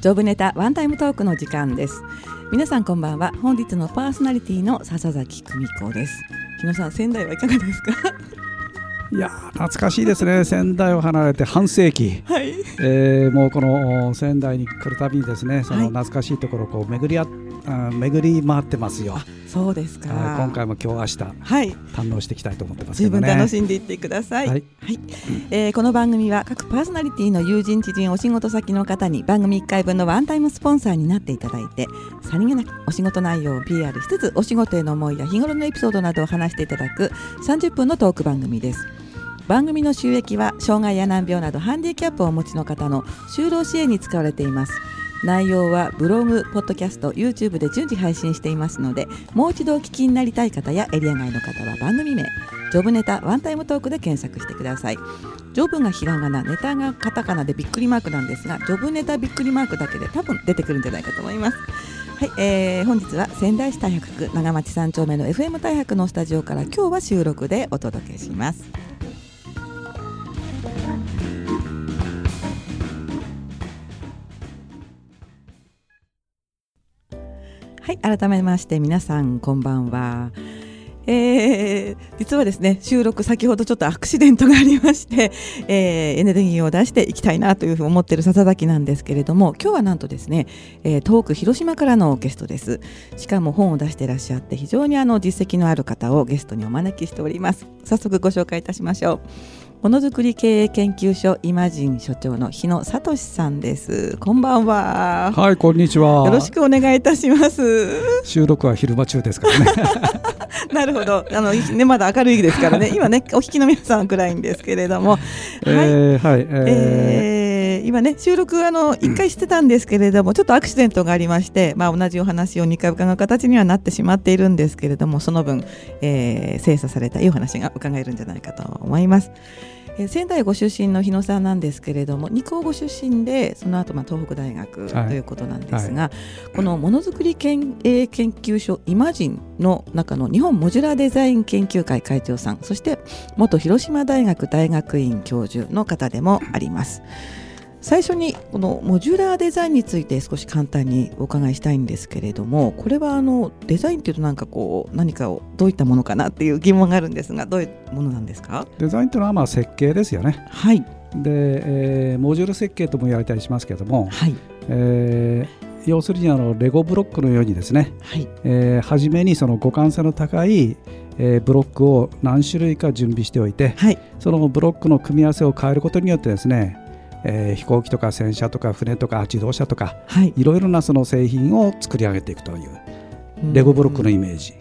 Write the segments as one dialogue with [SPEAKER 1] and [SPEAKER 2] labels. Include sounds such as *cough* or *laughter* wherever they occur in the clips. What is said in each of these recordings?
[SPEAKER 1] ジョブネタワンタイムトークの時間です皆さんこんばんは本日のパーソナリティの笹崎久美子です日野さん仙台はいかがですか
[SPEAKER 2] いやー懐かしいですね、仙台を離れて半世紀、
[SPEAKER 1] はい
[SPEAKER 2] えーもうこの仙台に来るたびに、ですねそ
[SPEAKER 1] は
[SPEAKER 2] の
[SPEAKER 1] い
[SPEAKER 2] 懐かしいところをこう巡りあ、あ巡り回ってますよ、はい
[SPEAKER 1] そうですか
[SPEAKER 2] 今回も今日明日
[SPEAKER 1] はい
[SPEAKER 2] 堪能していきたいと思ってますけ
[SPEAKER 1] 十
[SPEAKER 2] ど
[SPEAKER 1] 分
[SPEAKER 2] ね。
[SPEAKER 1] 楽しんでいってください、
[SPEAKER 2] はい
[SPEAKER 1] えーこの番組は各パーソナリティの友人知人お仕事先の方に番組1回分のワンタイムスポンサーになっていただいてさりげなくお仕事内容を PR しつつお仕事への思いや日頃のエピソードなどを話していただく30分のトーク番組です番組の収益は障害や難病などハンディキャップをお持ちの方の就労支援に使われています内容はブログ、ポッドキャスト、YouTube で順次配信していますのでもう一度お聞きになりたい方やエリア外の方は番組名ジョブネタワンタイムトークで検索してくださいジョブがひらがな、ネタがカタカナでびっくりマークなんですが、ジョブネタびっくりマークだけで多分出てくるんじゃないかと思います。はい、えー、本日は仙台市太白区長町三丁目の FM 太白のスタジオから今日は収録でお届けします。はい、改めまして皆さんこんばんは。えー実はですね収録先ほどちょっとアクシデントがありまして、 *laughs* えーエネルギーを出していきたいなというふうに思っている笹崎なんですけれども今日はなんとですね、えー、遠く広島からのゲストですしかも本を出していらっしゃって非常にあの実績のある方をゲストにお招きしております早速ご紹介いたしましょうものづくり経営研究所イマジン所長の日野聡さんですこんばんは
[SPEAKER 2] はい、こんにちは。
[SPEAKER 1] よろしくお願いいたします
[SPEAKER 2] 収録は昼間中で
[SPEAKER 1] *laughs*
[SPEAKER 2] すからね。
[SPEAKER 1] なるほど。あの、ね、まだ明るいですから
[SPEAKER 2] *laughs*
[SPEAKER 1] ね。今ね、お聞きの皆さんは暗いんですけれども。はい。
[SPEAKER 2] えーはい、えー
[SPEAKER 1] えー今ね、収録、あの、一回してたんですけれども、ちょっとアクシデントがありまして、まあ、同じお話を2回伺う形にはなってしまっているんですけれども、その分、えー精査されたいいお話が伺えるんじゃないかと思います。えー仙台ご出身の日野さんなんですけれども二高ご出身でその後まあ東北大学と
[SPEAKER 2] はい
[SPEAKER 1] いうことなんですが、このものづくり研えー研究所イマジンの中の日本モジュラーデザイン研究会会長さんそして元広島大学大学院教授の方でもあります。最初にこのモジュラーデザインについて少し簡単にお伺いしたいんですけれどもこれはあのデザインっていうとなんかこう何かをどういったものかなっていう疑問があるんですがどういうものなんですか
[SPEAKER 2] デザインというのはまあ設計ですよね。
[SPEAKER 1] はい
[SPEAKER 2] で、えーモジュール設計とも言われたりしますけれども、
[SPEAKER 1] はい
[SPEAKER 2] えー要するにあのレゴブロックのようにですね、
[SPEAKER 1] はい
[SPEAKER 2] えー初めにその互換性の高い、えーブロックを何種類か準備しておいて
[SPEAKER 1] はい
[SPEAKER 2] そのブロックの組み合わせを変えることによってですね、えー飛行機とか戦車とか船とか自動車とか
[SPEAKER 1] はい
[SPEAKER 2] いろいろなその製品を作り上げていくというレゴブロックの
[SPEAKER 1] うん
[SPEAKER 2] イメージ、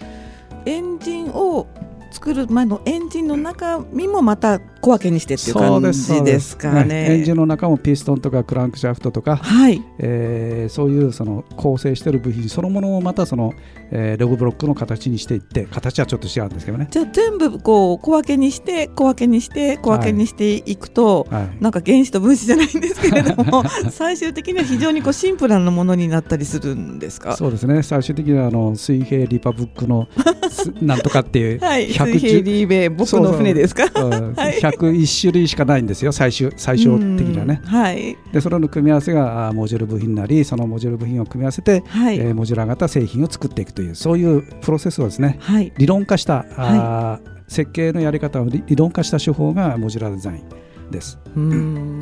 [SPEAKER 1] エンジンを作る前のエンジンの中身もまた小分けにしてっていう
[SPEAKER 2] そう
[SPEAKER 1] 感
[SPEAKER 2] です
[SPEAKER 1] じですか
[SPEAKER 2] そうですエン
[SPEAKER 1] ね
[SPEAKER 2] ジン。の中もピストンとかクランクシャフトとか、
[SPEAKER 1] はい
[SPEAKER 2] えーそういうその構成している部品そのものをまたその、えーレゴブロックの形にしていって形はちょっと違うんですけどね、
[SPEAKER 1] じゃあ全部こう小分けにして小分けにして小分けにしていくと、
[SPEAKER 2] はい、
[SPEAKER 1] なんか原子と分子じゃないんですけれども
[SPEAKER 2] *laughs*
[SPEAKER 1] 最終的には非常にこうシンプルなものになったりするんですか
[SPEAKER 2] そうですね最終的にはあの水平リパブックの
[SPEAKER 1] *laughs*
[SPEAKER 2] すなんとかっていう
[SPEAKER 1] はい
[SPEAKER 2] 110
[SPEAKER 1] 水平リーベイ僕の船ですか
[SPEAKER 2] うん
[SPEAKER 1] はい
[SPEAKER 2] 101種類しかないんですよ最終最小的にはね
[SPEAKER 1] うんはい
[SPEAKER 2] でそれの組み合わせがあーモジュール部品になりそのモジュール部品を組み合わせて、
[SPEAKER 1] はい、
[SPEAKER 2] えーモジュラー型製品を作っていくというそういうプロセスをですね
[SPEAKER 1] はい
[SPEAKER 2] 理論化した、あー設計のやり方を理理論化した手法がモジュラーデザインです
[SPEAKER 1] うーん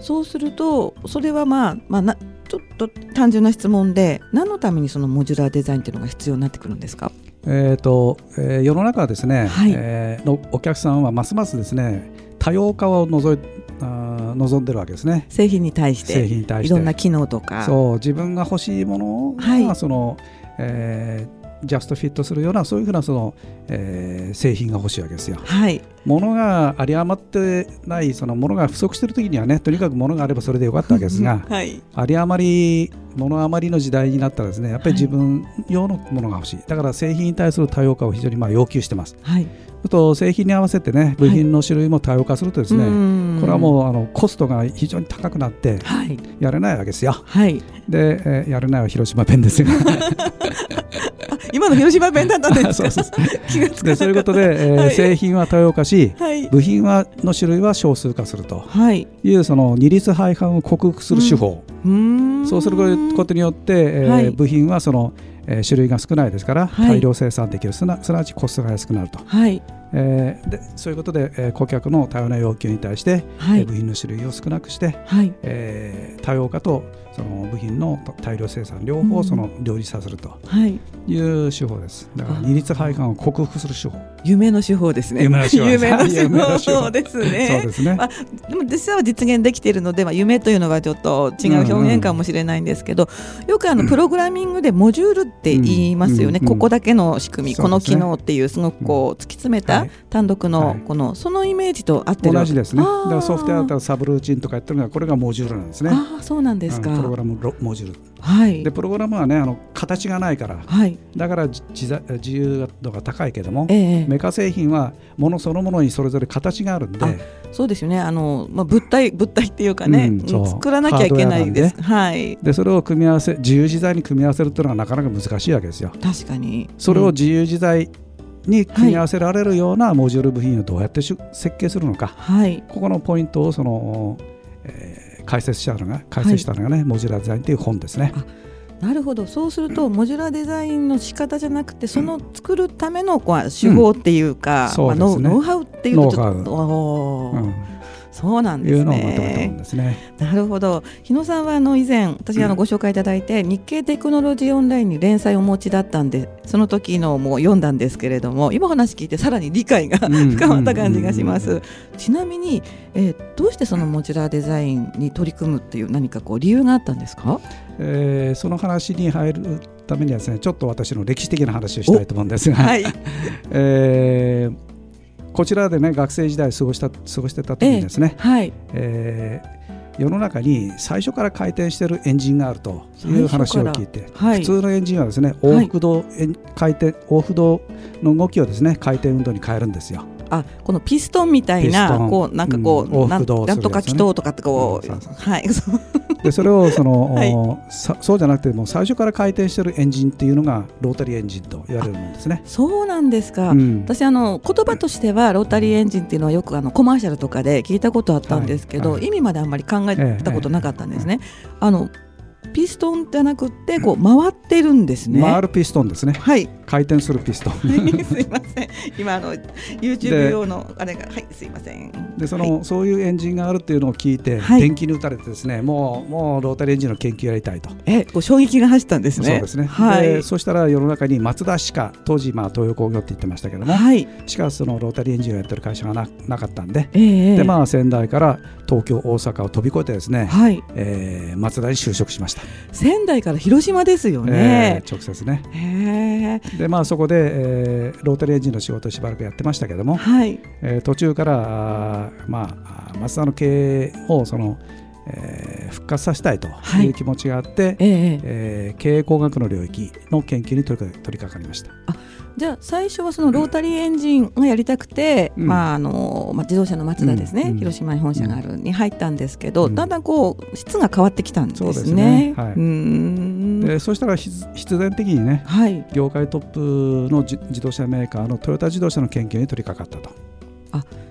[SPEAKER 1] そうするとそれはまあ、まあ、なちょっと単純な質問で何のためにそのモジュラーデザインっていうのが必要になってくるんですか
[SPEAKER 2] えーとえー世の中はですね、
[SPEAKER 1] はい
[SPEAKER 2] えーのお客さんはますますですね多様化を望いあー望んでるわけですね
[SPEAKER 1] 製品に対して
[SPEAKER 2] 製品に対して
[SPEAKER 1] いろんな機能とか
[SPEAKER 2] そう自分が欲しいものが、
[SPEAKER 1] はい
[SPEAKER 2] そのえージャストフィットするようなそういうふうなその、えー製品が欲しいわけですよ。
[SPEAKER 1] はい
[SPEAKER 2] 物が有り余ってないその物が不足してる時にはねとにかく物があればそれでよかったわけですが
[SPEAKER 1] はい
[SPEAKER 2] 有り余り物余りの時代になったらですねやっぱり自分用のものが欲しい、だから製品に対する多様化を非常にまあ要求してます
[SPEAKER 1] はい。
[SPEAKER 2] あと製品に合わせてね部品の種類も多様化するとですね、これは
[SPEAKER 1] う
[SPEAKER 2] もうあのコストが非常に高くなって
[SPEAKER 1] ん。はい。
[SPEAKER 2] やれないわけですよ
[SPEAKER 1] はい。
[SPEAKER 2] で、えーやれないは広島弁
[SPEAKER 1] *laughs*
[SPEAKER 2] ですよね
[SPEAKER 1] 今の広島弁だったんです
[SPEAKER 2] *laughs* そう
[SPEAKER 1] か。
[SPEAKER 2] そうそ
[SPEAKER 1] 気がつか
[SPEAKER 2] うで
[SPEAKER 1] な
[SPEAKER 2] そういう
[SPEAKER 1] か
[SPEAKER 2] こ
[SPEAKER 1] っ
[SPEAKER 2] と
[SPEAKER 1] た。
[SPEAKER 2] で、えー
[SPEAKER 1] はい
[SPEAKER 2] 製品は多様化し
[SPEAKER 1] はい。
[SPEAKER 2] 部品はの種類は少数化すると
[SPEAKER 1] はい。
[SPEAKER 2] いうその二律背反を克服する手法、
[SPEAKER 1] うーん。
[SPEAKER 2] そうすることによって、えー
[SPEAKER 1] はい
[SPEAKER 2] 部品はその、えー種類が少ないですから、
[SPEAKER 1] はい
[SPEAKER 2] 大量生産できるすなすなわちコストが安くなると、
[SPEAKER 1] はい。
[SPEAKER 2] えーでそういうことで、えー顧客の多様な要求に対して、
[SPEAKER 1] は
[SPEAKER 2] えー
[SPEAKER 1] い
[SPEAKER 2] 部。品の種類を少なくして、
[SPEAKER 1] はい。
[SPEAKER 2] えー多様化とその部品の大量生産両
[SPEAKER 1] う
[SPEAKER 2] 方
[SPEAKER 1] ん
[SPEAKER 2] その両立させると
[SPEAKER 1] はい。
[SPEAKER 2] いう手法ですだから
[SPEAKER 1] あ
[SPEAKER 2] 二律背反を克服する手法
[SPEAKER 1] 夢の手法ですね。
[SPEAKER 2] 夢の手法で
[SPEAKER 1] *laughs*
[SPEAKER 2] す
[SPEAKER 1] 夢の手
[SPEAKER 2] *laughs* 夢の手
[SPEAKER 1] 法
[SPEAKER 2] 法
[SPEAKER 1] です
[SPEAKER 2] そう
[SPEAKER 1] ね
[SPEAKER 2] で。すね
[SPEAKER 1] までも実際は実現できているので、まあ、夢というのはちょっと違う表現かもしれないんですけど、よくあのプログラミングでモジュールって言いますよね、
[SPEAKER 2] うんうん
[SPEAKER 1] ここだけの仕組み、
[SPEAKER 2] そうで
[SPEAKER 1] こ
[SPEAKER 2] すね
[SPEAKER 1] の機能っていうすごくこう突き詰めた
[SPEAKER 2] はい
[SPEAKER 1] 単独
[SPEAKER 2] は
[SPEAKER 1] の
[SPEAKER 2] い
[SPEAKER 1] この、そのイメージと合ってる
[SPEAKER 2] 同じですね
[SPEAKER 1] あー
[SPEAKER 2] だからソフトウェアだったらサブルーチンとかやってるのはこれがモジュールなんですね
[SPEAKER 1] ああそうなんですか、
[SPEAKER 2] うんプログラムロモジュール
[SPEAKER 1] はい
[SPEAKER 2] でプログラムはねあの形がないから
[SPEAKER 1] はい
[SPEAKER 2] だからじ自在自由度が高いけども
[SPEAKER 1] ええ
[SPEAKER 2] メカ製品はものそのものにそれぞれ形があるんで
[SPEAKER 1] あそうですよねあの、まあ、物体物体っていうかね、
[SPEAKER 2] うんそう
[SPEAKER 1] 作らなきゃいけないです、はい
[SPEAKER 2] でそれを組み合わせ自由自在に組み合わせるっていうのはなかなか難しいわけですよ
[SPEAKER 1] 確かに
[SPEAKER 2] それを
[SPEAKER 1] うん
[SPEAKER 2] 自由自在に組み合わせられるようなモジュール部品をどうやってしゅ設計するのか、
[SPEAKER 1] はい
[SPEAKER 2] ここのポイントをその、えー解説したのが解説したのがね、モジュラーデザインという本ですね。
[SPEAKER 1] なるほどそうするとモジュラーデザインの仕方じゃなくてその作るためのこう手法っていうか、
[SPEAKER 2] うん
[SPEAKER 1] まあ
[SPEAKER 2] そう
[SPEAKER 1] ノ
[SPEAKER 2] です
[SPEAKER 1] ウ
[SPEAKER 2] ね
[SPEAKER 1] ノウハウっていうとちょっ
[SPEAKER 2] ノウ
[SPEAKER 1] とお
[SPEAKER 2] う
[SPEAKER 1] ー
[SPEAKER 2] ん、
[SPEAKER 1] そうなんで
[SPEAKER 2] い
[SPEAKER 1] す
[SPEAKER 2] うのをまとめた本
[SPEAKER 1] ね。
[SPEAKER 2] ですね。
[SPEAKER 1] なるほど日野さんはあの以前私あのご紹介いただいて、日経テクノロジーオンラインに連載をお持ちだったんでその時のもう読んだんですけれども今お話聞いてさらに理解が
[SPEAKER 2] うん
[SPEAKER 1] *laughs* 深まった感じがします、
[SPEAKER 2] うんうん
[SPEAKER 1] ちなみに、えーどうしてそのモジュラーデザインに取り組むっていう何かこう理由があったんですか
[SPEAKER 2] えーその話に入るためにはですねちょっと私の歴史的な話をしたいと思うんですが、
[SPEAKER 1] はい
[SPEAKER 2] えーこちらでね学生時代過ごした過ごしてた時にですね、
[SPEAKER 1] はい
[SPEAKER 2] えー世の中に最初から回転してるエンジンがあるという話を聞いて、
[SPEAKER 1] はい
[SPEAKER 2] 普通のエンジンはですね往復動、えん回転往復動の動きをですね回転運動に変えるんですよ。
[SPEAKER 1] あこのピストンみたい
[SPEAKER 2] ピス
[SPEAKER 1] な
[SPEAKER 2] トン
[SPEAKER 1] こうなんかこう、
[SPEAKER 2] うん
[SPEAKER 1] なん
[SPEAKER 2] 往復動する
[SPEAKER 1] なんとか
[SPEAKER 2] やつね
[SPEAKER 1] 気筒とかってこう、
[SPEAKER 2] うんそうそう
[SPEAKER 1] はい *laughs* そう
[SPEAKER 2] でそれをその、
[SPEAKER 1] *laughs* はい
[SPEAKER 2] おさそうじゃなくてもう最初から回転してるエンジンっていうのがロータリーエンジンと言われるんですね。
[SPEAKER 1] そうなんですか、
[SPEAKER 2] うん
[SPEAKER 1] 私あの言葉としてはロータリーエンジンっていうのはよくあのコマーシャルとかで聞いたことあったんですけど、
[SPEAKER 2] はいはい
[SPEAKER 1] 意味まであんまり考えたことなかったんですね、あのピストンじゃなくってこう回ってるんですね
[SPEAKER 2] 回るピストンですね。 *laughs*
[SPEAKER 1] はい
[SPEAKER 2] 回転するピストン。
[SPEAKER 1] はい *laughs* すいません今あの YouTube
[SPEAKER 2] で
[SPEAKER 1] 用のあれがはいすいません
[SPEAKER 2] でそ
[SPEAKER 1] はい
[SPEAKER 2] の、そういうエンジンがあるっていうのを聞いて、
[SPEAKER 1] はい
[SPEAKER 2] 電気に打たれてですねもうもうロータリーエンジンの研究やりたいと。
[SPEAKER 1] えこう衝撃が走ったんですね
[SPEAKER 2] そうですね、
[SPEAKER 1] はい
[SPEAKER 2] でそしたら世の中にマツダしか当時、まあ、東洋工業って言ってましたけども、
[SPEAKER 1] はい
[SPEAKER 2] しかそのロータリーエンジンをやってる会社がななかったんで,、
[SPEAKER 1] ええ
[SPEAKER 2] でまあ、仙台から東京、大阪を飛び越えてですね、
[SPEAKER 1] はい
[SPEAKER 2] えーマツダに就職しました、
[SPEAKER 1] 仙台から広島ですよね
[SPEAKER 2] え。ー直接ね。
[SPEAKER 1] へえ。
[SPEAKER 2] でまあ、そこで、えーロータリーエンジンの仕事をしばらくやってましたけども、
[SPEAKER 1] はい。
[SPEAKER 2] えー途中から、あーまあ、マツダの経営をその、えー復活させたいと
[SPEAKER 1] はいいう
[SPEAKER 2] 気持ちがあって、
[SPEAKER 1] ええ。
[SPEAKER 2] えー経営工学の領域の研究に取り掛取り掛かりました。
[SPEAKER 1] じゃあ最初はそのロータリーエンジンがやりたくて、
[SPEAKER 2] うん
[SPEAKER 1] まああのまあ自動車のマツダですね、
[SPEAKER 2] うんうん
[SPEAKER 1] 広島に本社があるに入ったんですけど、
[SPEAKER 2] うん
[SPEAKER 1] だんだんこう質が変わってきたんですね。
[SPEAKER 2] そうですねはいう
[SPEAKER 1] ーん。
[SPEAKER 2] でそしたら必必然的にね
[SPEAKER 1] はい。
[SPEAKER 2] 業界トップのじ自動車メーカーのトヨタ自動車の研究に取り掛かったと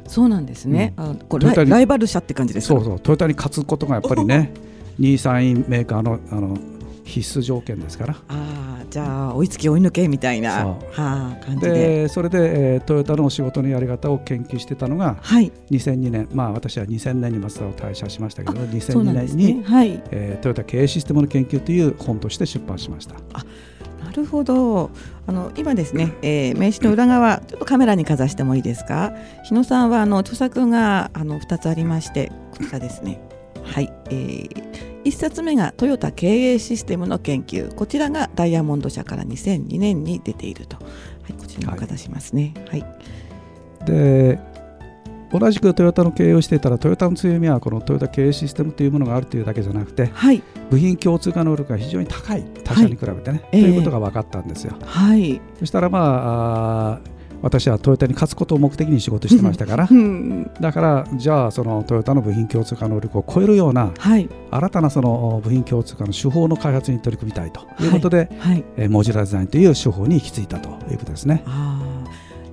[SPEAKER 1] そうなんですね。あこれ
[SPEAKER 2] トヨタ
[SPEAKER 1] ライ
[SPEAKER 2] に
[SPEAKER 1] ライバル社って感じです
[SPEAKER 2] そ
[SPEAKER 1] か。
[SPEAKER 2] うそうトヨタに勝つことがやっぱり
[SPEAKER 1] *laughs*
[SPEAKER 2] ね2位3位メーカーのあの必須条件ですから
[SPEAKER 1] ああじゃあ追いつき追い抜けみたいな
[SPEAKER 2] そう
[SPEAKER 1] はあ感じで。
[SPEAKER 2] でそれで、えートヨタの仕事のやり方を研究してたのが
[SPEAKER 1] はい。
[SPEAKER 2] 2002年まあ私は2000年にマツダを退社しましたけど
[SPEAKER 1] そうな
[SPEAKER 2] 2002
[SPEAKER 1] んです
[SPEAKER 2] 年
[SPEAKER 1] ね。
[SPEAKER 2] に、
[SPEAKER 1] はい。
[SPEAKER 2] えートヨタ経営システムの研究という本として出版しました
[SPEAKER 1] なるほど。あの今ですね、えー名刺の裏側、ちょっとカメラにかざしてもいいですか。日野さんはあの著作があの二つありまして、こちらですね。はい、えー一冊目がトヨタ経営システムの研究、こちらがダイヤモンド社から2002年に出ていると。はい、こちらにおかざしますね。はい、
[SPEAKER 2] で同じくトヨタの経営をしていたらトヨタの強みはこのトヨタ経営システムというものがあるというだけじゃなくて
[SPEAKER 1] はい
[SPEAKER 2] 部品共通化能力が非常に高い他社に比べてね、
[SPEAKER 1] ええ
[SPEAKER 2] ということが分かったんですよ。
[SPEAKER 1] はい
[SPEAKER 2] そしたらまああー私はトヨタに勝つことを目的に仕事してましたから
[SPEAKER 1] うん
[SPEAKER 2] だからじゃあそのトヨタの部品共通化能力を超えるような
[SPEAKER 1] はい
[SPEAKER 2] 新たなその部品共通化の手法の開発に取り組みたいということで、
[SPEAKER 1] はい
[SPEAKER 2] えーモジュラーデザインという手法に行き着いたということですね。
[SPEAKER 1] あー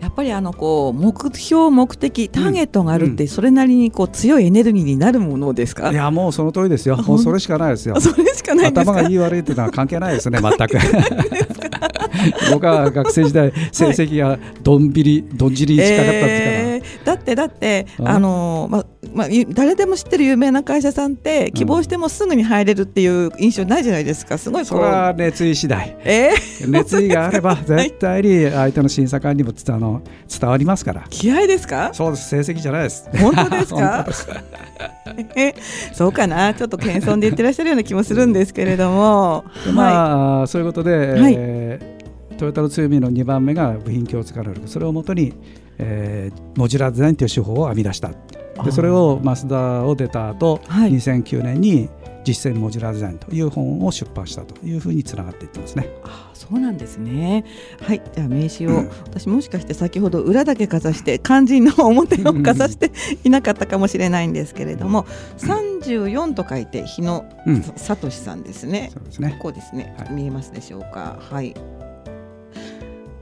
[SPEAKER 1] やっぱりあのこう目標目的ターゲットがあるって、
[SPEAKER 2] う
[SPEAKER 1] それなりにこう強いエネルギーになるものですか
[SPEAKER 2] いやもうその通りですよ。
[SPEAKER 1] あ
[SPEAKER 2] もうそれしかないですよ。
[SPEAKER 1] それしかないんです
[SPEAKER 2] 頭
[SPEAKER 1] か
[SPEAKER 2] がいい悪いというのは関係ないですね、全
[SPEAKER 1] *laughs*
[SPEAKER 2] く。僕は学生時代、成績がどんびり、どんじり近かったです
[SPEAKER 1] えーだってだって
[SPEAKER 2] うん
[SPEAKER 1] あのままあゆ誰でも知ってる有名な会社さんって希望してもすぐに入れるっていう印象ないじゃないですかすご
[SPEAKER 2] か
[SPEAKER 1] い
[SPEAKER 2] ら、そ
[SPEAKER 1] こ
[SPEAKER 2] れ
[SPEAKER 1] う
[SPEAKER 2] は熱意次第、
[SPEAKER 1] えー、
[SPEAKER 2] 熱意があ
[SPEAKER 1] *laughs*
[SPEAKER 2] れば、絶対に相手の審査官にもつあの伝わりますから、
[SPEAKER 1] 気合ですか
[SPEAKER 2] そうです、成績じゃないです。
[SPEAKER 1] 本当です
[SPEAKER 2] *laughs* 本
[SPEAKER 1] か
[SPEAKER 2] 当です
[SPEAKER 1] *laughs* えそうかなちょっと謙遜で言ってらっしゃるような気もするんですけれども
[SPEAKER 2] でまあ、そういうことで、
[SPEAKER 1] はい
[SPEAKER 2] えートヨタの強みの2番目が部品共通化能力それをもとに、えーモジュラーデザインという手法を編み出したでそれをマスダを出た後、
[SPEAKER 1] はい
[SPEAKER 2] 2009年に実践モジュラーデザインという本を出版したというふうにつながっていってますね。
[SPEAKER 1] あそうなんですねはいじゃあ名刺を、私もしかして先ほど裏だけかざして肝心の表をかざしていなかったかもしれないんですけれども34と書いて日野
[SPEAKER 2] うん、
[SPEAKER 1] さとしさんですね
[SPEAKER 2] そうですね。
[SPEAKER 1] こうですね、
[SPEAKER 2] はい
[SPEAKER 1] 見えますでしょうか。はい。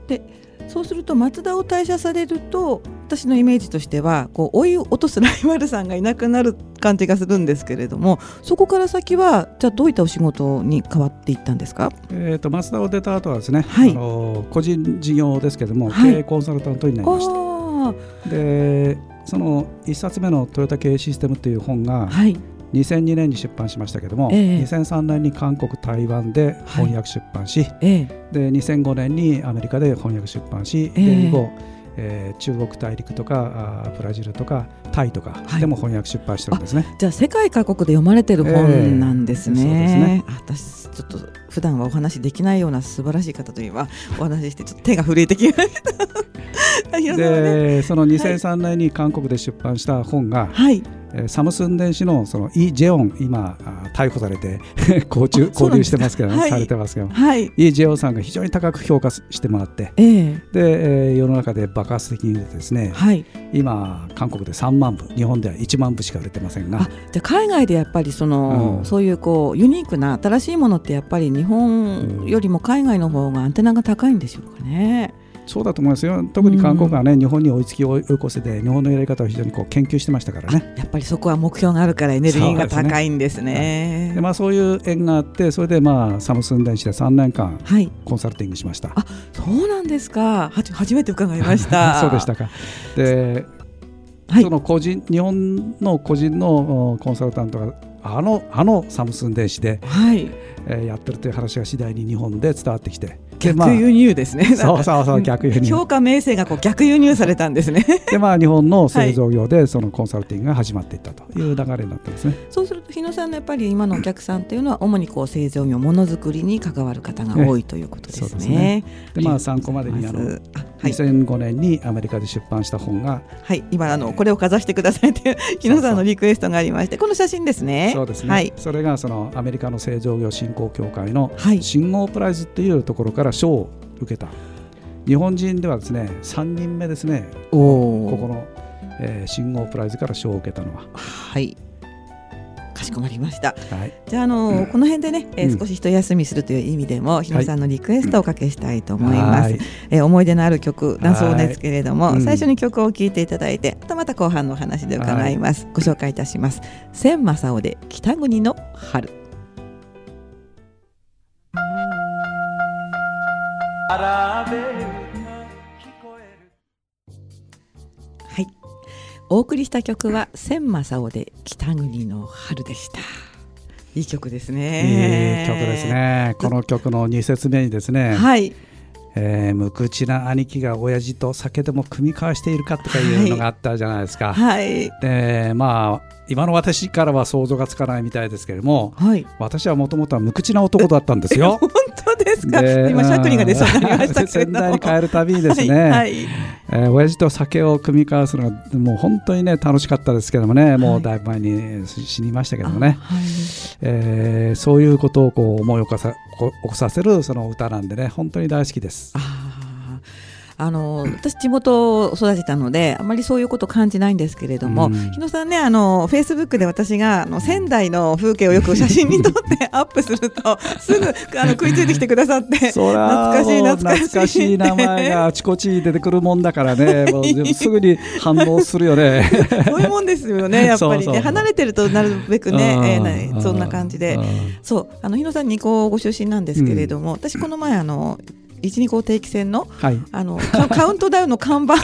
[SPEAKER 1] で、そうすると松田を退社されると、私のイメージとしては、こう追い落とすライバルさんがいなくなる感じがするんですけれども、そこから先はじゃあどういったお仕事に変わっていったんですか。
[SPEAKER 2] えっ、とマスダを出た後はですね、
[SPEAKER 1] はい
[SPEAKER 2] あのー個人事業ですけども、
[SPEAKER 1] はい
[SPEAKER 2] 経営コンサルタントになりまし
[SPEAKER 1] あ
[SPEAKER 2] た。で、その1冊目のトヨタ経営システムという本
[SPEAKER 1] あ、
[SPEAKER 2] が
[SPEAKER 1] はい。
[SPEAKER 2] 2002年に出版しましたけども、
[SPEAKER 1] ええ
[SPEAKER 2] 2003年に韓国台湾で翻訳出版し、
[SPEAKER 1] ええ、
[SPEAKER 2] で2005年にアメリカで翻訳出版し、
[SPEAKER 1] ええ
[SPEAKER 2] で以後、えー中国大陸とかあーブラジルとかタイとか
[SPEAKER 1] はい
[SPEAKER 2] でも翻訳出版してるんですね。
[SPEAKER 1] じゃあ世界各国で読まれてる本なんですね。私ちょっと普段はお話しできないような素晴らしい方と今お話ししてちょっと手が震えてきました。広沢ね
[SPEAKER 2] でその2003年に韓国で出版した本が、
[SPEAKER 1] *laughs* はい。
[SPEAKER 2] えーサムスン電子のそのイ・ジェオン今あー逮捕されて *laughs* 交流
[SPEAKER 1] そう
[SPEAKER 2] 交
[SPEAKER 1] なんですか
[SPEAKER 2] 流してますけど、ね
[SPEAKER 1] はい
[SPEAKER 2] されてますけど
[SPEAKER 1] はい。
[SPEAKER 2] イ・ジェオンさんが非常に高く評価すしてもらっ
[SPEAKER 1] え
[SPEAKER 2] て
[SPEAKER 1] え
[SPEAKER 2] で、えー世の中で爆発的に売れてですね、
[SPEAKER 1] はい。
[SPEAKER 2] 今韓国で3万部日本では1万部しか売れてません
[SPEAKER 1] あ
[SPEAKER 2] が、
[SPEAKER 1] じゃあ海外でやっぱりその、
[SPEAKER 2] うん
[SPEAKER 1] そういうこうユニークな新しいものってやっぱり日本よりも海外の方がアンテナが高いんでしょうかね。
[SPEAKER 2] そうだと思いますよ特に韓国はね、日本に追いつき追い越せで日本のやり方を非常にこう研究してましたからね
[SPEAKER 1] やっぱりそこは目標があるからエネルギーが高いんですね。
[SPEAKER 2] で、まあ、そういう縁があってそれで、まあ、サムスン電子で3年間
[SPEAKER 1] はい。
[SPEAKER 2] コンサルティングしました。
[SPEAKER 1] あそうなんですか。はじ初めて伺いました
[SPEAKER 2] *laughs* そうでし。たかで、
[SPEAKER 1] はい
[SPEAKER 2] そ。の個人日本の個人のおコンサルタントがあのあのサムスン電子で、
[SPEAKER 1] はい。
[SPEAKER 2] えーやってるという話が次第に日本で伝わってきてでまあ
[SPEAKER 1] 逆輸入ですね。
[SPEAKER 2] そうそうそう逆輸入
[SPEAKER 1] 評価名声がこう逆輸入されたんですね。
[SPEAKER 2] でまあ日本の製造業でそのコンサルティングが始まっていったという流れになってますね。
[SPEAKER 1] そうすると日野さんのやっぱり今のお客さんというのは主にこう製造業ものづくりに関わる方が多いということですね。
[SPEAKER 2] ええそうですねでまあ参考までにあ
[SPEAKER 1] あ
[SPEAKER 2] の
[SPEAKER 1] はい、
[SPEAKER 2] 2005年にアメリカで出版した本が、
[SPEAKER 1] はい、今あのこれをかざしてくださいという日野さんのリクエストがありましてこの写真ですね。
[SPEAKER 2] そうですね、
[SPEAKER 1] はい
[SPEAKER 2] それがそのアメリカの製造業振興協会の
[SPEAKER 1] はい
[SPEAKER 2] 信号プライズっていうところから賞を受けた日本人ではですね3人目ですね
[SPEAKER 1] お
[SPEAKER 2] ここ
[SPEAKER 1] お
[SPEAKER 2] の、えー信号プライズから賞を受けたのは、
[SPEAKER 1] はいかしこまりました。
[SPEAKER 2] はい、
[SPEAKER 1] じゃああの、この辺でね、えー
[SPEAKER 2] うん
[SPEAKER 1] 少し一休みするという意味でも、日野さんのリクエストをおかけしたいと思います。
[SPEAKER 2] はい
[SPEAKER 1] えー思い出のある曲だそうですけれども、
[SPEAKER 2] はいうん
[SPEAKER 1] 最初に曲を聴いていただいてあとまた後半のお話で伺います、ご紹介いたします千正雄で北国の春はいお送りした曲は千正雄で北国の春でしたいい曲ですね
[SPEAKER 2] いい曲ですねこの曲の2節目にですね、
[SPEAKER 1] はい
[SPEAKER 2] えー無口な兄貴が親父と酒でも組み交わしているかとかいうのがあったじゃないですか。
[SPEAKER 1] はい
[SPEAKER 2] でまあ今の私からは想像がつかないみたいですけれども
[SPEAKER 1] はい
[SPEAKER 2] 私はもともとは無口な男だったんですよ。
[SPEAKER 1] *laughs* 本当ですですか今しゃくりが出そうになりましたけれども
[SPEAKER 2] 仙台に帰るたびにですね、
[SPEAKER 1] はいはい
[SPEAKER 2] えー親父と酒を組み交わすのがもう本当にね楽しかったですけどもね、もうだいぶ前に死にましたけどもね、
[SPEAKER 1] あはい
[SPEAKER 2] えーそういうことをこう思い起こさこ起こさせるその歌なんでね本当に大好きです。
[SPEAKER 1] あーあの私地元を育てたのであまりそういうこと感じないんですけれども、
[SPEAKER 2] うん
[SPEAKER 1] 日野さんねあのフェイスブックで私があの仙台の風景をよく写真に撮って
[SPEAKER 2] *laughs*
[SPEAKER 1] アップするとすぐあの食いついてきてくださって
[SPEAKER 2] *laughs* そら
[SPEAKER 1] 懐かしい
[SPEAKER 2] もう
[SPEAKER 1] 懐かしい
[SPEAKER 2] 懐かしい名前があちこち出てくるもんだからね、もうでもすぐに反応するよね。
[SPEAKER 1] *laughs* そういうもんですよねやっぱりね
[SPEAKER 2] *laughs* そうそう
[SPEAKER 1] 離れてるとなるべくね
[SPEAKER 2] う、ん
[SPEAKER 1] えーなそんな感じで
[SPEAKER 2] うん
[SPEAKER 1] そうあの日野さん二高ご出身なんですけれども、私この前あの一二高定期船の
[SPEAKER 2] はい。
[SPEAKER 1] あのカカウ *laughs* ントダウンの看板を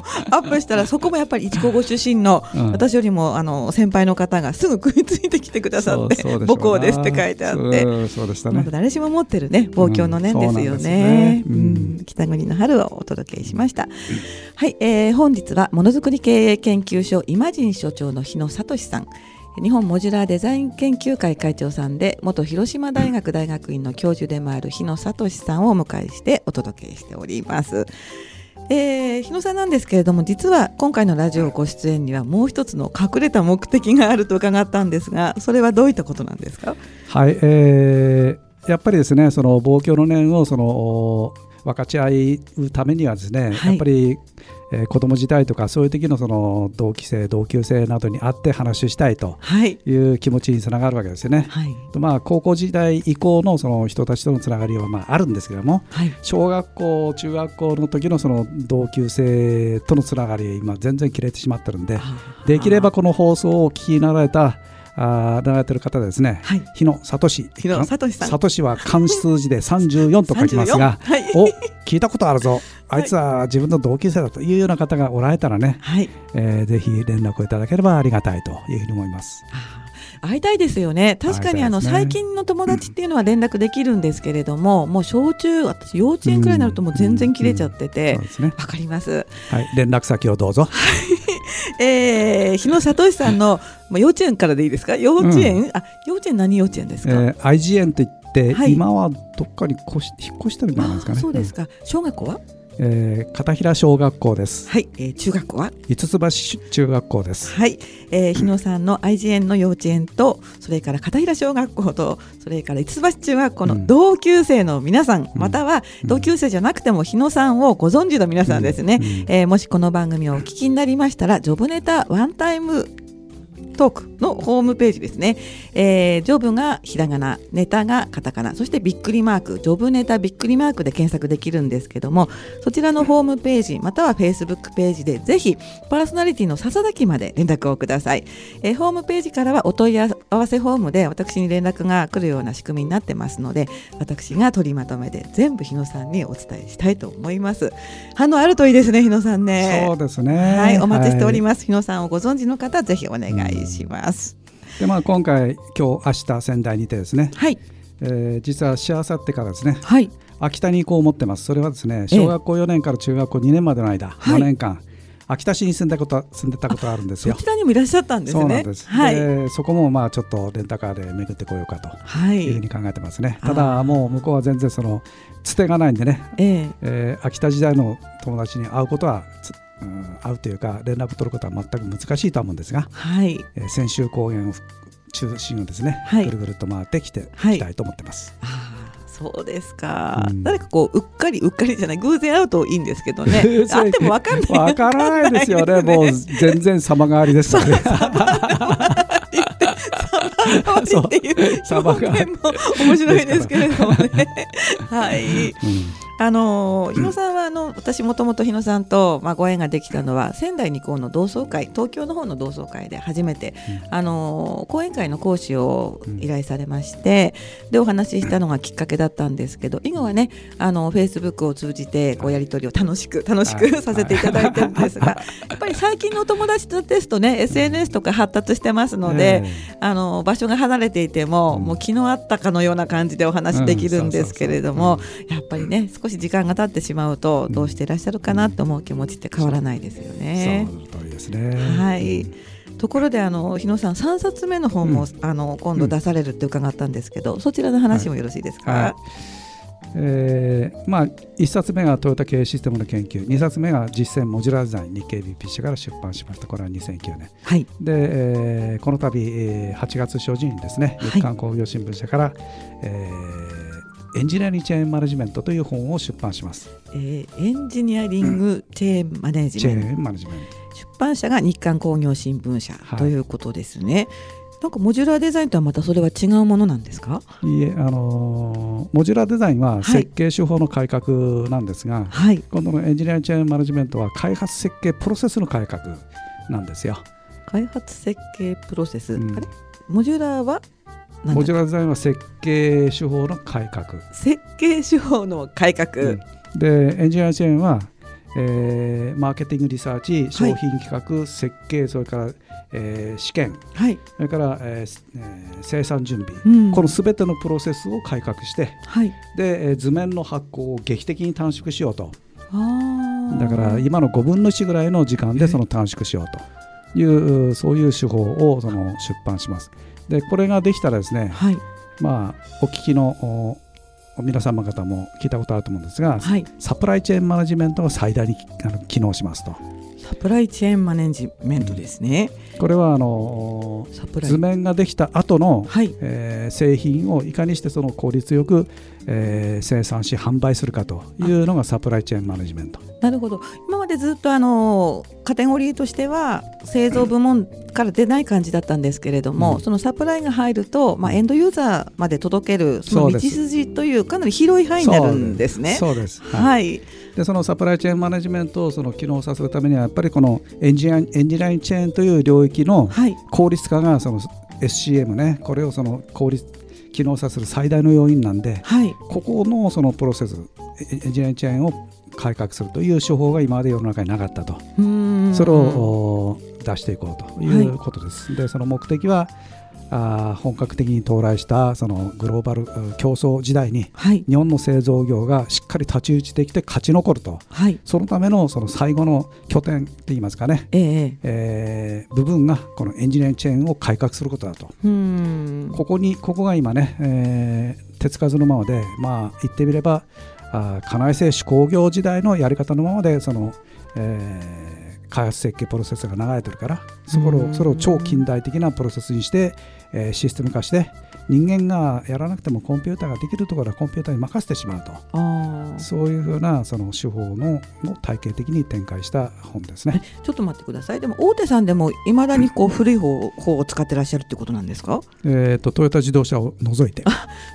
[SPEAKER 1] *laughs* アップしたらそこもやっぱり一高ご出身の
[SPEAKER 2] うん
[SPEAKER 1] 私よりもあの先輩の方がすぐ食いついてきてくださって
[SPEAKER 2] そうそ
[SPEAKER 1] 「
[SPEAKER 2] うでしょう
[SPEAKER 1] 母校
[SPEAKER 2] な
[SPEAKER 1] です」って書いてあって。
[SPEAKER 2] そうそうでした
[SPEAKER 1] ま
[SPEAKER 2] ね
[SPEAKER 1] あ。誰しも持ってるね望郷の念
[SPEAKER 2] うん
[SPEAKER 1] ですよ
[SPEAKER 2] そうなんですね
[SPEAKER 1] ね,、う
[SPEAKER 2] うんん
[SPEAKER 1] 北国の春をお届けしました、はい、えー本日はものづくり経営研究所イマジン所長の日野聡さん日本モジュラーデザイン研究会会長さんで元広島大学大学院の教授でもある日野聡さんをお迎えしてお届けしております。えー日野さんなんですけれども実は今回のラジオご出演にはもう一つの隠れた目的があると伺ったんですがそれはどういったことなんですか
[SPEAKER 2] はい、えーやっぱりですね、その望郷の念をそのお分かち合うためにはですね、
[SPEAKER 1] はい
[SPEAKER 2] やっぱり、えー子供時代とかそういう時のその同期生同級生などに会って話をしたいと
[SPEAKER 1] はい、
[SPEAKER 2] いう気持ちにつながるわけですよね。
[SPEAKER 1] はい
[SPEAKER 2] とまあ高校時代以降のその人たちとのつながりはまああるんですけども。
[SPEAKER 1] はい
[SPEAKER 2] 小学校、中学校の時のその同級生とのつながり、今、全然切れてしまってるんで、 *laughs* できればこの放送をお聞きになられた、あーなられてる方でですね、
[SPEAKER 1] はい
[SPEAKER 2] 日野聡日
[SPEAKER 1] 日野聡さん
[SPEAKER 2] は漢数字で34と書きますが、
[SPEAKER 1] 34はい
[SPEAKER 2] お聞いたことあるぞ、あいつは自分の同級生だというような方がおられたらね、
[SPEAKER 1] はい
[SPEAKER 2] えーぜひ連絡をいただければありがたいというふうに思います。
[SPEAKER 1] あー会いたいですよね確かにあの、
[SPEAKER 2] 会いたい
[SPEAKER 1] 最
[SPEAKER 2] ですね
[SPEAKER 1] 近の友達っていうのは連絡できるんですけれどももう小中私幼稚園くらいになるともう全然切れちゃってて
[SPEAKER 2] そうですね
[SPEAKER 1] わかります、
[SPEAKER 2] はい、連絡先をどうぞ。
[SPEAKER 1] えー、日野聡さんのまあ幼稚園からでいいですか幼稚園、あ幼稚園何幼稚園ですか、
[SPEAKER 2] えー、IGN といって、
[SPEAKER 1] はい
[SPEAKER 2] 今はどっかに越し引っ越してるんじゃないですか
[SPEAKER 1] あー
[SPEAKER 2] ね。
[SPEAKER 1] そうですか、小学校は
[SPEAKER 2] うんえー片平小学校です。
[SPEAKER 1] はい、えー中学校は
[SPEAKER 2] 五つ橋中学校です。
[SPEAKER 1] はい、えー日野さんの愛知園の幼稚園とそれから片平小学校とそれから五つ橋中学校
[SPEAKER 2] う
[SPEAKER 1] の
[SPEAKER 2] ん
[SPEAKER 1] 同級生の皆さん、または
[SPEAKER 2] うん
[SPEAKER 1] 同級生じゃなくても日野さんをご存知の皆さんですね、
[SPEAKER 2] うんうん
[SPEAKER 1] えーもしこの番組をお聞きになりましたらジョブネタワンタイムトークのホームページですね、えージョブがひらがなネタがカタカナそしてびっくりマークジョブネタびっくりマークで検索できるんですけどもそちらのホームページまたはフェイスブックページでぜひパーソナリティの笹崎まで連絡をください、えーホームページからはお問い合わせフォームで私に連絡が来るような仕組みになってますので私が取りまとめて全部日野さんにお伝えしたいと思います反応あるといいですね日野さんね
[SPEAKER 2] そうですね。
[SPEAKER 1] はい、お待ちしており
[SPEAKER 2] ま
[SPEAKER 1] ます。日野さんをご存知の方、ぜひお願いします。
[SPEAKER 2] す。で、まあ今回今日明日仙台にてですね、
[SPEAKER 1] はい、
[SPEAKER 2] えー実はしあさってからですね、
[SPEAKER 1] はい、
[SPEAKER 2] 秋田に行こう思ってます。それはですね、小学校4年から中学校2年までの間、
[SPEAKER 1] はい
[SPEAKER 2] 4年間、秋田市に住んだこと住んでたことあるんです
[SPEAKER 1] そ
[SPEAKER 2] よ
[SPEAKER 1] ち。らにもいらっしゃったんですね。
[SPEAKER 2] そうなんです。
[SPEAKER 1] はい、
[SPEAKER 2] でそこもまあちょっとレンタカーで巡ってこようかと
[SPEAKER 1] は
[SPEAKER 2] いうふう
[SPEAKER 1] い、
[SPEAKER 2] に考えてますね。
[SPEAKER 1] あー
[SPEAKER 2] ただもう向こうは全然そのつてがないんでね、
[SPEAKER 1] ええ
[SPEAKER 2] えー秋田時代の友達に会うことはつ、うん会うというか連絡取ることは全く難しいとは思うんですが、
[SPEAKER 1] はい。
[SPEAKER 2] えー、先週高原をふ中心をですね、
[SPEAKER 1] はい
[SPEAKER 2] ぐるぐるっと回ってきて、
[SPEAKER 1] はい
[SPEAKER 2] い、きたいと思ってます。
[SPEAKER 1] ああ、そうですか、
[SPEAKER 2] うん
[SPEAKER 1] 誰かこううっかりうっかりじゃない偶然会うといいんですけど *laughs*
[SPEAKER 2] *laughs*
[SPEAKER 1] ね
[SPEAKER 2] 偶然
[SPEAKER 1] 会ってもわかんない
[SPEAKER 2] わからないですよね。もう全然様変わりですか
[SPEAKER 1] *laughs*
[SPEAKER 2] らね。
[SPEAKER 1] わかんないっていう
[SPEAKER 2] そう
[SPEAKER 1] 表現も面白いですけれどもねはいあのー日野さんはあの私もともと日野さんと、まあ、ご縁ができたのは仙台二高の同窓会東京の方の同窓会で初めて、あのー講演会の講師を依頼されまして、でお話ししたのがきっかけだったんですけど以後はねあのフェイスブックを通じてこうやり取りを楽しく楽しく
[SPEAKER 2] はい
[SPEAKER 1] させていただいてるんですが、やっぱり最近のお友達ですとね SNS とか発達してますので。
[SPEAKER 2] え
[SPEAKER 1] あの場所が離れていても、
[SPEAKER 2] うん
[SPEAKER 1] もう昨日あったかのような感じでお話しできるんですけれど
[SPEAKER 2] う
[SPEAKER 1] も
[SPEAKER 2] ん
[SPEAKER 1] やっぱりね少し時間が経ってしまうと
[SPEAKER 2] うん
[SPEAKER 1] どうしていらっしゃるかなと思う気持ちって変わらないですよ
[SPEAKER 2] え
[SPEAKER 1] ね。
[SPEAKER 2] そうの通りですね。
[SPEAKER 1] はい
[SPEAKER 2] うん
[SPEAKER 1] ところであの日野さん3冊目の本も、
[SPEAKER 2] うん
[SPEAKER 1] あの今度出されるって伺ったんですけど、そちらの話もよろしいですか、
[SPEAKER 2] はい。えーまあ、1冊目がトヨタ経営システムの研究2冊目が実践モジュラーデザイン日経 BP 社から出版しましたこれは2009年
[SPEAKER 1] はい
[SPEAKER 2] で、えーこの度、えー8月初旬にですね
[SPEAKER 1] はい
[SPEAKER 2] 日刊工業新聞社から、えーエンジニアリングチェーンマネジメントという本を出版します
[SPEAKER 1] えーエンジニアリングチェーンマネジ
[SPEAKER 2] チェ
[SPEAKER 1] メント、
[SPEAKER 2] ーンマネジメン
[SPEAKER 1] 出版社が日刊工業新聞社
[SPEAKER 2] はい
[SPEAKER 1] ということですね、なんかモジュラーデザインとはまたそれは違うものなんですか
[SPEAKER 2] トいいえ、あのーモジュラーデザイン
[SPEAKER 1] い
[SPEAKER 2] は設計手法の改革なんですが、
[SPEAKER 1] はい
[SPEAKER 2] 今度のエンジニアリングチェーンマネジメントは開発設計プロセスの改革なんですよ
[SPEAKER 1] 開発設計プロセス、
[SPEAKER 2] うん
[SPEAKER 1] あれモジュラーはなんだ
[SPEAKER 2] モジュラーデザインは設計手法の改革、
[SPEAKER 1] 設計手法の改革、
[SPEAKER 2] でエンジニアチェーンは、えーマーケティングリサーチ商品企画、設計それから、えー試験
[SPEAKER 1] はい、
[SPEAKER 2] それから、えーすえー生産準備、
[SPEAKER 1] うん
[SPEAKER 2] このすべてのプロセスを改革して
[SPEAKER 1] はい
[SPEAKER 2] で、えー図面の発行を劇的に短縮しようと
[SPEAKER 1] あ
[SPEAKER 2] だから今の5分の1ぐらいの時間でその短縮しようというそういう手法をその出版しますでこれができたらですね、
[SPEAKER 1] はい
[SPEAKER 2] まあ、お聞きのお皆様方も聞いたことあると思うんですが、
[SPEAKER 1] はい
[SPEAKER 2] サプライチェーンマネジメントが最大にあの機能しますと。
[SPEAKER 1] サプライチェーンマネジメントですね、
[SPEAKER 2] これはあの
[SPEAKER 1] サプライ
[SPEAKER 2] 図面ができた後の、
[SPEAKER 1] はい
[SPEAKER 2] えー製品をいかにしてその効率よく、えー生産し販売するかというのがサプライチェーンマネジメント。
[SPEAKER 1] なるほど今までずっとあのカテゴリーとしては製造部門から出ない感じだったんですけれども、
[SPEAKER 2] うん
[SPEAKER 1] そのサプライが入ると、まあ、エンドユーザーまで届けるそ
[SPEAKER 2] そ
[SPEAKER 1] の
[SPEAKER 2] うで
[SPEAKER 1] 道
[SPEAKER 2] す
[SPEAKER 1] 筋というかなり広い範囲になるんですね。
[SPEAKER 2] そうです。そうですはい
[SPEAKER 1] はい、
[SPEAKER 2] でそのサプライチェーンマネジメントをその機能させるためにはやっぱりこのエンジニアエンジニアリングチェーンという領域の
[SPEAKER 1] はい、
[SPEAKER 2] 効率化がその SCM ねこれをその効率機能させる最大の要因なんで、
[SPEAKER 1] はい、
[SPEAKER 2] ここのそのプロセス、エエンジニアチェーンを改革するという手法が今まで世の中になかったと、
[SPEAKER 1] うーん
[SPEAKER 2] それをお出していこうということです。で、その目的はあー本格的に到来したそのグローバルうん競争時代に
[SPEAKER 1] はい、
[SPEAKER 2] 日本の製造業がしっかり太刀打ちできて勝ち残ると、
[SPEAKER 1] はい、
[SPEAKER 2] そのためのその最後の拠点って言いますかね、
[SPEAKER 1] ええ、
[SPEAKER 2] えー部分がこのエンジニアチェーンを改革することだと。
[SPEAKER 1] うーん、
[SPEAKER 2] ここにここが今ね、えー手つかずのままで、まあ、言ってみればあー家内製手工業時代のやり方のままでその、えー開発設計プロセスが流れてるからそこ
[SPEAKER 1] うん
[SPEAKER 2] をそれを超近代的なプロセスにして、えーシステム化して人間がやらなくてもコンピューターができるところはコンピューターに任せてしまうと
[SPEAKER 1] ああ、
[SPEAKER 2] そういうふうなその手法のの体系的に展開した本ですね。
[SPEAKER 1] ちょっと待ってください。でも大手さんでもいまだにこう古い方方を使ってらっしゃるってことなんですか？
[SPEAKER 2] えー、とトヨタ自動車を除いて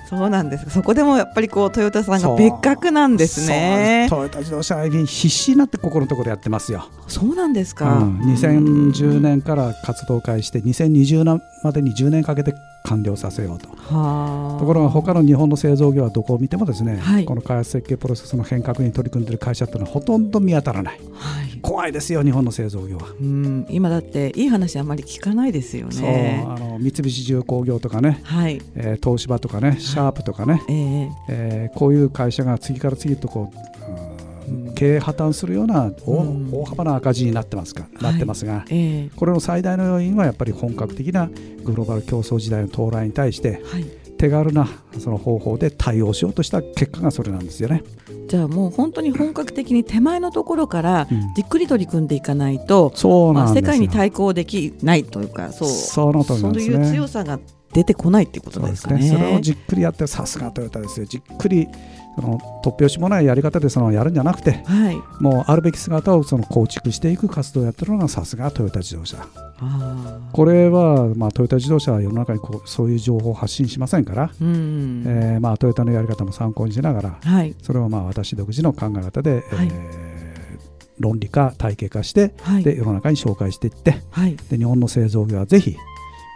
[SPEAKER 1] そうなんです。そこでもやっぱりこうトヨタさんが別格なんですね。
[SPEAKER 2] そうなんですトヨタ自動車は必死になってここのところやってますよ。
[SPEAKER 1] そうなんです
[SPEAKER 2] う
[SPEAKER 1] か。
[SPEAKER 2] ん、2010年から活動開始して2020年までに10年かけて完了させようと。
[SPEAKER 1] はあ。
[SPEAKER 2] ところが他の日本の製造業はどこを見てもですね、
[SPEAKER 1] はい
[SPEAKER 2] この開発設計プロセスの変革に取り組んでいる会社ってのはほとんど見当たらない
[SPEAKER 1] はい。
[SPEAKER 2] 怖いですよ日本の製造業は、
[SPEAKER 1] うん。今だっていい話あんまり聞かないですよ
[SPEAKER 2] そう
[SPEAKER 1] ね。
[SPEAKER 2] あの三菱重工業とかね、
[SPEAKER 1] はい。
[SPEAKER 2] えー東芝とかねシャープとかね、
[SPEAKER 1] ええ
[SPEAKER 2] えーこういう会社が次から次へとこう、うん
[SPEAKER 1] うん
[SPEAKER 2] 経営破綻するような大,、
[SPEAKER 1] うん
[SPEAKER 2] 大幅な赤字になってますか、なってますが、
[SPEAKER 1] ええ
[SPEAKER 2] これの最大の要因はやっぱり本格的なグローバル競争時代の到来に対して
[SPEAKER 1] はい。
[SPEAKER 2] 手軽なその方法で対応しようとした結果がそれなんですよね。
[SPEAKER 1] じゃあもう本当に本格的に手前のところから
[SPEAKER 2] うん
[SPEAKER 1] じっくり取り組んでいかないと、
[SPEAKER 2] そう
[SPEAKER 1] ま
[SPEAKER 2] な
[SPEAKER 1] あ
[SPEAKER 2] んで
[SPEAKER 1] 世
[SPEAKER 2] すよ
[SPEAKER 1] 界に対抗できないというか、そう。
[SPEAKER 2] その通りなんですね
[SPEAKER 1] そういう強さが出てこないってこと
[SPEAKER 2] そう
[SPEAKER 1] で
[SPEAKER 2] ですす
[SPEAKER 1] か
[SPEAKER 2] ね
[SPEAKER 1] ね。
[SPEAKER 2] それをじっくりやってさすがトヨタですよじっくりその突拍子もないやり方でそのやるんじゃなくて
[SPEAKER 1] はい。
[SPEAKER 2] もうあるべき姿をその構築していく活動をやってるのがさすがトヨタ自動車
[SPEAKER 1] ああ。
[SPEAKER 2] これは、まあ、トヨタ自動車は世の中にこうそういう情報を発信しませんから、
[SPEAKER 1] うん。
[SPEAKER 2] えーまあ、トヨタのやり方も参考にしながら
[SPEAKER 1] はい。
[SPEAKER 2] それをまあ私独自の考え方で、
[SPEAKER 1] はい
[SPEAKER 2] えー論理化体系化して
[SPEAKER 1] はい。
[SPEAKER 2] で世の中に紹介していって
[SPEAKER 1] はい。
[SPEAKER 2] で日本の製造業はぜひ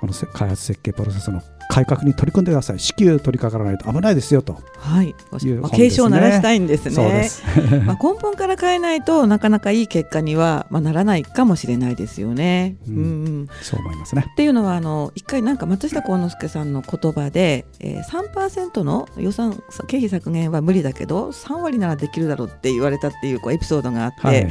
[SPEAKER 2] このせ開発設計プロセスの改革に取り組んでください至急取り掛からないと危ないですよと
[SPEAKER 1] はい、
[SPEAKER 2] いう
[SPEAKER 1] まあ、
[SPEAKER 2] 本で
[SPEAKER 1] 警
[SPEAKER 2] すね
[SPEAKER 1] 鐘を鳴らしたいんですね。
[SPEAKER 2] そうです *laughs*
[SPEAKER 1] まあ根本から変えないとなかなかいい結果にはまあならないかもしれないですよね。う
[SPEAKER 2] うんん
[SPEAKER 1] うんっ
[SPEAKER 2] そう思いますね
[SPEAKER 1] ていうのはあの一回なんか松下幸之助さんの言葉で、えー、3%の予算経費削減は無理だけど3割ならできるだろうって言われたっていうこうエピソードがあって、
[SPEAKER 2] はい、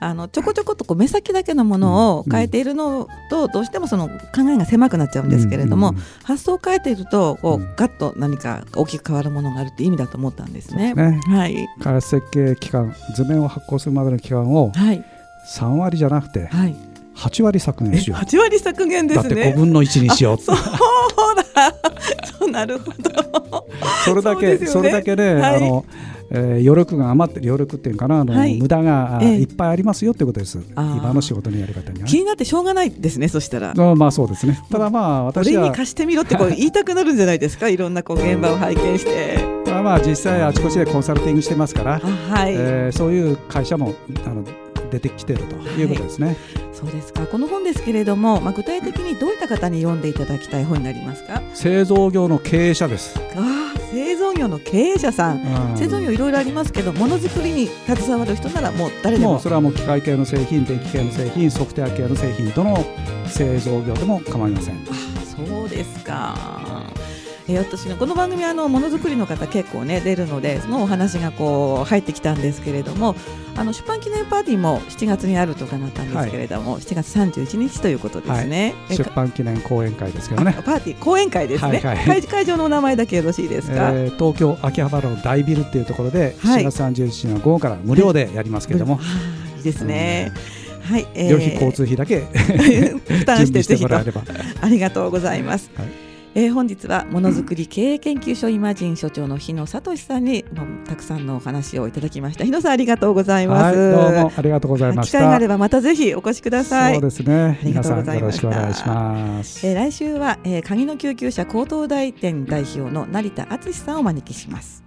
[SPEAKER 1] あのちょこちょことこう目先だけのものを変えているのと、どうしてもその考えが狭くなっちゃうんですけれども、
[SPEAKER 2] うんうん
[SPEAKER 1] 発想をえているとこう、
[SPEAKER 2] うん
[SPEAKER 1] ガッと何か大きく変わるものがあるって意味だと思ったんですね。
[SPEAKER 2] ね
[SPEAKER 1] はい、
[SPEAKER 2] 開発設計期間図面を発行するまでの期間を
[SPEAKER 1] はい、
[SPEAKER 2] 3割じゃなくて
[SPEAKER 1] はい。
[SPEAKER 2] 8割削
[SPEAKER 1] え、
[SPEAKER 2] 減しよう
[SPEAKER 1] 八割削減で
[SPEAKER 2] だっ
[SPEAKER 1] す
[SPEAKER 2] て5
[SPEAKER 1] ね。
[SPEAKER 2] 分の1にしよう
[SPEAKER 1] そうだ。 *laughs* そうなるほど。
[SPEAKER 2] それだけ
[SPEAKER 1] そうですよね
[SPEAKER 2] そ,、れだけね、
[SPEAKER 1] はい
[SPEAKER 2] あのえー余力が余ってる余力っていうかなあの、
[SPEAKER 1] はい
[SPEAKER 2] 無駄があ
[SPEAKER 1] ええ
[SPEAKER 2] いっぱいありますよってことです
[SPEAKER 1] あー
[SPEAKER 2] 今の仕事のやり方には、
[SPEAKER 1] 気
[SPEAKER 2] ね、
[SPEAKER 1] になってしょうがないですね。そしたら。
[SPEAKER 2] あまあそうですねただまあ私
[SPEAKER 1] 俺に
[SPEAKER 2] は
[SPEAKER 1] 貸してみろって
[SPEAKER 2] *laughs*
[SPEAKER 1] こう言いたくなるんじゃないですか。いろんなこう現場を拝見して。
[SPEAKER 2] まあまあ実際あちこちでコンサルティングしてますから、
[SPEAKER 1] あ、はい。
[SPEAKER 2] えーそういう会社もあの出てきてるということですね、
[SPEAKER 1] そうですか。この本ですけれども、まあ具体的にどういった方に読んでいただきたい本になりますか。
[SPEAKER 2] 製造業の経営者です、
[SPEAKER 1] ああ、製造業の経営者さん。
[SPEAKER 2] うん
[SPEAKER 1] 製造業いろいろありますけど、ものづくりに携わる人ならもう誰で
[SPEAKER 2] もう
[SPEAKER 1] も。
[SPEAKER 2] それはもう機械系の製品電気系の製品ソフトウェア系の製品どの製造業でも構いません
[SPEAKER 1] そうですか。えー私ねこの番組はあのものづくりの方結構ね出るのでそのお話がこう入ってきたんですけれどもあの出版記念パーティーも7月にあると伺ったんですけれども、7月31日ということですね。え
[SPEAKER 2] 出
[SPEAKER 1] か
[SPEAKER 2] 版記念講演会ですけど
[SPEAKER 1] あ
[SPEAKER 2] ね
[SPEAKER 1] パーティー講演会ですね、
[SPEAKER 2] はいは
[SPEAKER 1] 会
[SPEAKER 2] い
[SPEAKER 1] 会場のお名前だけよろしいですか、
[SPEAKER 2] えー東京秋葉原の大ビルっていうところで
[SPEAKER 1] はい
[SPEAKER 2] 7月31日の午後から無料でやりますけれども、
[SPEAKER 1] あーいいですね、はい、えー
[SPEAKER 2] 旅費交通費だけ
[SPEAKER 1] *laughs* 負担
[SPEAKER 2] 準
[SPEAKER 1] して
[SPEAKER 2] 備し
[SPEAKER 1] ぜ
[SPEAKER 2] て
[SPEAKER 1] ひ
[SPEAKER 2] も
[SPEAKER 1] と
[SPEAKER 2] らえれば
[SPEAKER 1] ありがとうございます。
[SPEAKER 2] はい
[SPEAKER 1] えー本日はものづくり経営研究所イマジン所長の日野聡さんにあのたくさんのお話をいただきました。日野さんありがとうございま
[SPEAKER 2] はい
[SPEAKER 1] す。
[SPEAKER 2] どうもありがとうございまし
[SPEAKER 1] 機会があ
[SPEAKER 2] た
[SPEAKER 1] ればまたぜひお越しください。
[SPEAKER 2] そうですね
[SPEAKER 1] ありが
[SPEAKER 2] 皆
[SPEAKER 1] とう
[SPEAKER 2] さ
[SPEAKER 1] ご
[SPEAKER 2] ん
[SPEAKER 1] ざい
[SPEAKER 2] よ
[SPEAKER 1] ま
[SPEAKER 2] ろ
[SPEAKER 1] し
[SPEAKER 2] したくお願いします、
[SPEAKER 1] えー来週は、えー、鍵の救急車高等大店代表の成田敦さんをお招きします。